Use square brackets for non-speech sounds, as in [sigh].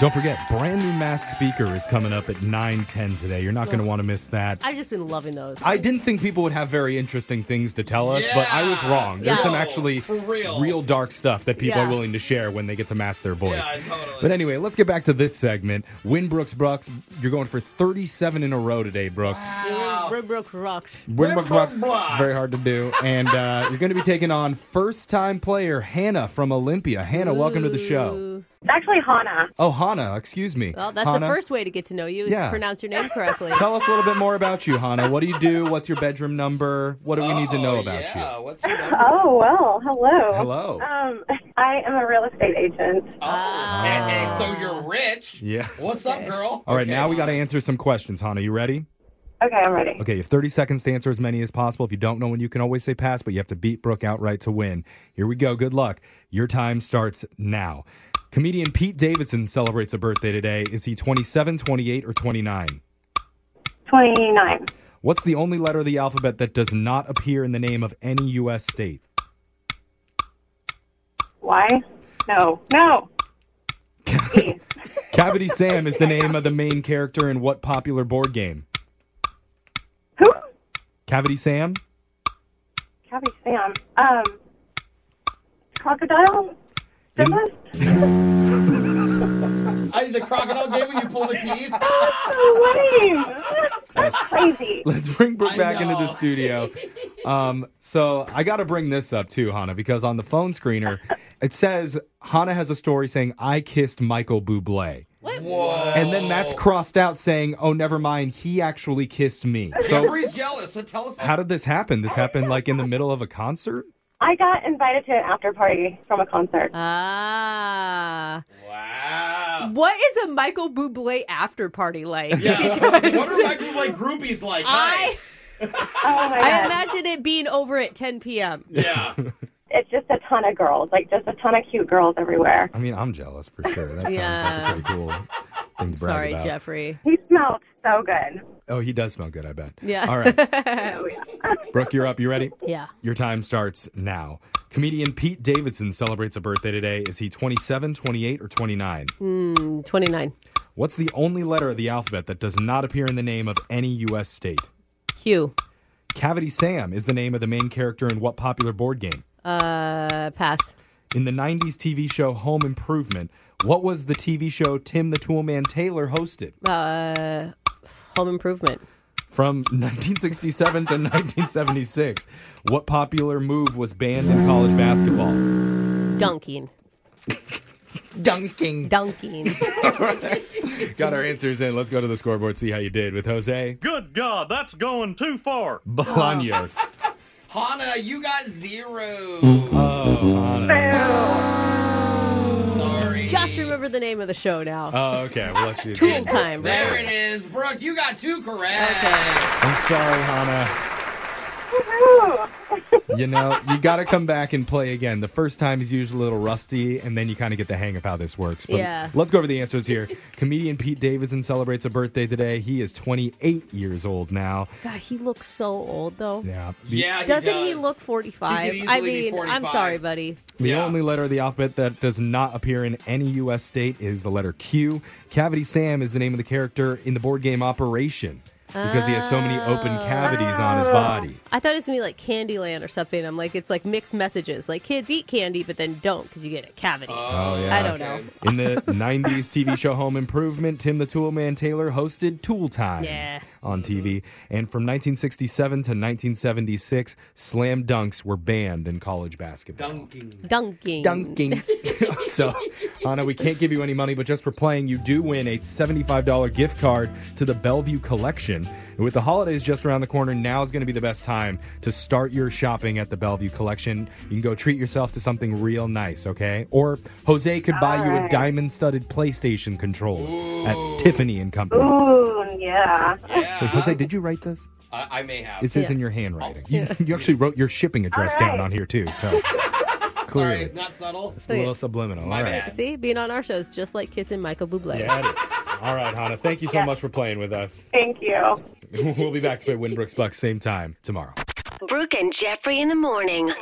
Don't forget, brand new mass speaker is coming up at 9:10 today. You're not going to want to miss that. I've just been loving those. I didn't think people would have very interesting things to tell us, but I was Yeah. wrong. There's Yeah. some No, actually for real. dark stuff that people Yeah. are willing to share when they get to mask their voice. Yeah, totally. But anyway, let's get back to this segment. Win Brooks Brooks, you're going for 37 in a row today, Brooke. Broke rocked. Win Brooks Brooks, Brooks. very hard to do. And uh, [laughs] you're going to be taking on first-time player Hannah from Olympia. Hannah, welcome to the show. It's actually Hannah. Oh, Hannah, excuse me. Well, that's Hannah, the first way to get to know you is Yeah. to pronounce your name correctly. Tell us a little bit more about you, Hannah. What do you do? What's your bedroom number? What do we need to know about Oh, yeah. you? What's your number? Oh, well, hello. Hello. Um, I am a real estate agent. Oh, and, and so you're rich. Yeah. What's up, girl? All right, Okay, now we got to Hannah. answer some questions, Hannah. You ready? Okay, I'm ready. Okay, you have 30 seconds to answer as many as possible. If you don't know when you can always say pass, but you have to beat Brooke outright to win. Here we go. Good luck. Your time starts now. Comedian Pete Davidson celebrates a birthday today. Is he 27, 28, or 29? 29. What's the only letter of the alphabet that does not appear in the name of any U.S. state? Why? No. [laughs] No. E. Cavity Sam is the name of the main character in what popular board game? Who? Cavity Sam? Cabby Sam. Um, crocodile? In- Gymnast? I, the crocodile game when you pull the [laughs] teeth. [laughs] So lame. That's crazy. Let's bring Brooke I back into the know. studio. Um, so I got to bring this up too, Hannah, because on the phone screener, it says Hannah has a story saying I kissed Michael Bublé, What? Whoa. and then that's Oh. crossed out saying, "Oh, never mind, he actually kissed me." So Jeffrey's jealous. So tell us. [laughs] how did this happen? This happened like in the middle of a concert. I got invited to an after party from a concert. Uh, Ah. wow. [laughs] What is a Michael Bublé after party like? Yeah. Because what are my group, like groupies like? I Hi. Oh my I god. imagine it being over at 10 p.m. Yeah. it's just a ton of girls, like just a ton of cute girls everywhere. I mean, I'm jealous for sure. That sounds Yeah. like a pretty cool thing to brag Sorry, about. Jeffrey. He smelled so good. Oh, he does smell good. I bet. Yeah. All right, Brooke, you're up. You ready? Yeah. Your time starts now. Comedian Pete Davidson celebrates a birthday today. Is he 27, 28, or 29? I'm 29. What's the only letter of the alphabet that does not appear in the name of any U.S. state? Q. Cavity Sam is the name of the main character in what popular board game? Uh, pass. In the 90s TV show Home Improvement, what was the TV show Tim the Toolman Taylor hosted? Uh, home improvement. From 1967 to [laughs] 1976, what popular move was banned in college basketball? Dunking. Dunking. Dunking. Got our answers in. Let's go to the scoreboard, see how you did with Jose Good God, that's going too far. Bolaños. Hana, you got zero. Oh, Anna. Sorry. Just remember the name of the show now. Oh, okay. We'll let you. Tool time. There right? it is, Brooke. You got two correct. I'm sorry, Hannah. Woohoo! You know, you got to come back and play again. The first time is usually a little rusty, and then you kind of get the hang of how this works. But Yeah. let's go over the answers here. Comedian Pete Davidson celebrates a birthday today. He is 28 years old now. God, he looks so old though. Yeah. The, Yeah. He Doesn't does. he look 45? He could I easily be mean, I'm 45. sorry, buddy. the Yeah. only letter of the alphabet that does not appear in any U.S. state is the letter Q. Cavity Sam is the name of the character in the board game Operation because he has so many open cavities on his body. I thought it was gonna be like Candyland or something. I'm like, it's like mixed messages. Like kids eat candy, but then don't because you get a cavity. Uh. Oh, yeah. I don't know. In the 90s TV show Home Improvement, Tim the Tool Man Taylor hosted Tool Time Yeah. on TV. And from 1967 to 1976, slam dunks were banned in college basketball. Dunking. Dunking. Dunking. so, Anna, we can't give you any money, but just for playing, you do win a $75 gift card to the Bellevue Collection. And with the holidays just around the corner, now is going to be the best time to start your shopping at the Bellevue Collection. You can go treat yourself to something real nice, okay? Or Jose could buy you a Alright. diamond studded PlayStation controller at Tiffany and Company. Ooh, yeah. Wait, Yeah. Jose, did you write this? I, I may have. It says Yeah. in your handwriting. You, [laughs] you actually wrote your shipping address down Alright. on here, too, so clearly. Sorry, not subtle. It's a little subliminal. My All right. bad. See, being on our show is just like kissing Michael Bublé. Yeah, it is. All right, Hannah. Thank you so much for playing with us. [laughs] Thank you. We'll be back to play Winbrooks Bucks same time tomorrow. Brooke and Jeffrey in the morning.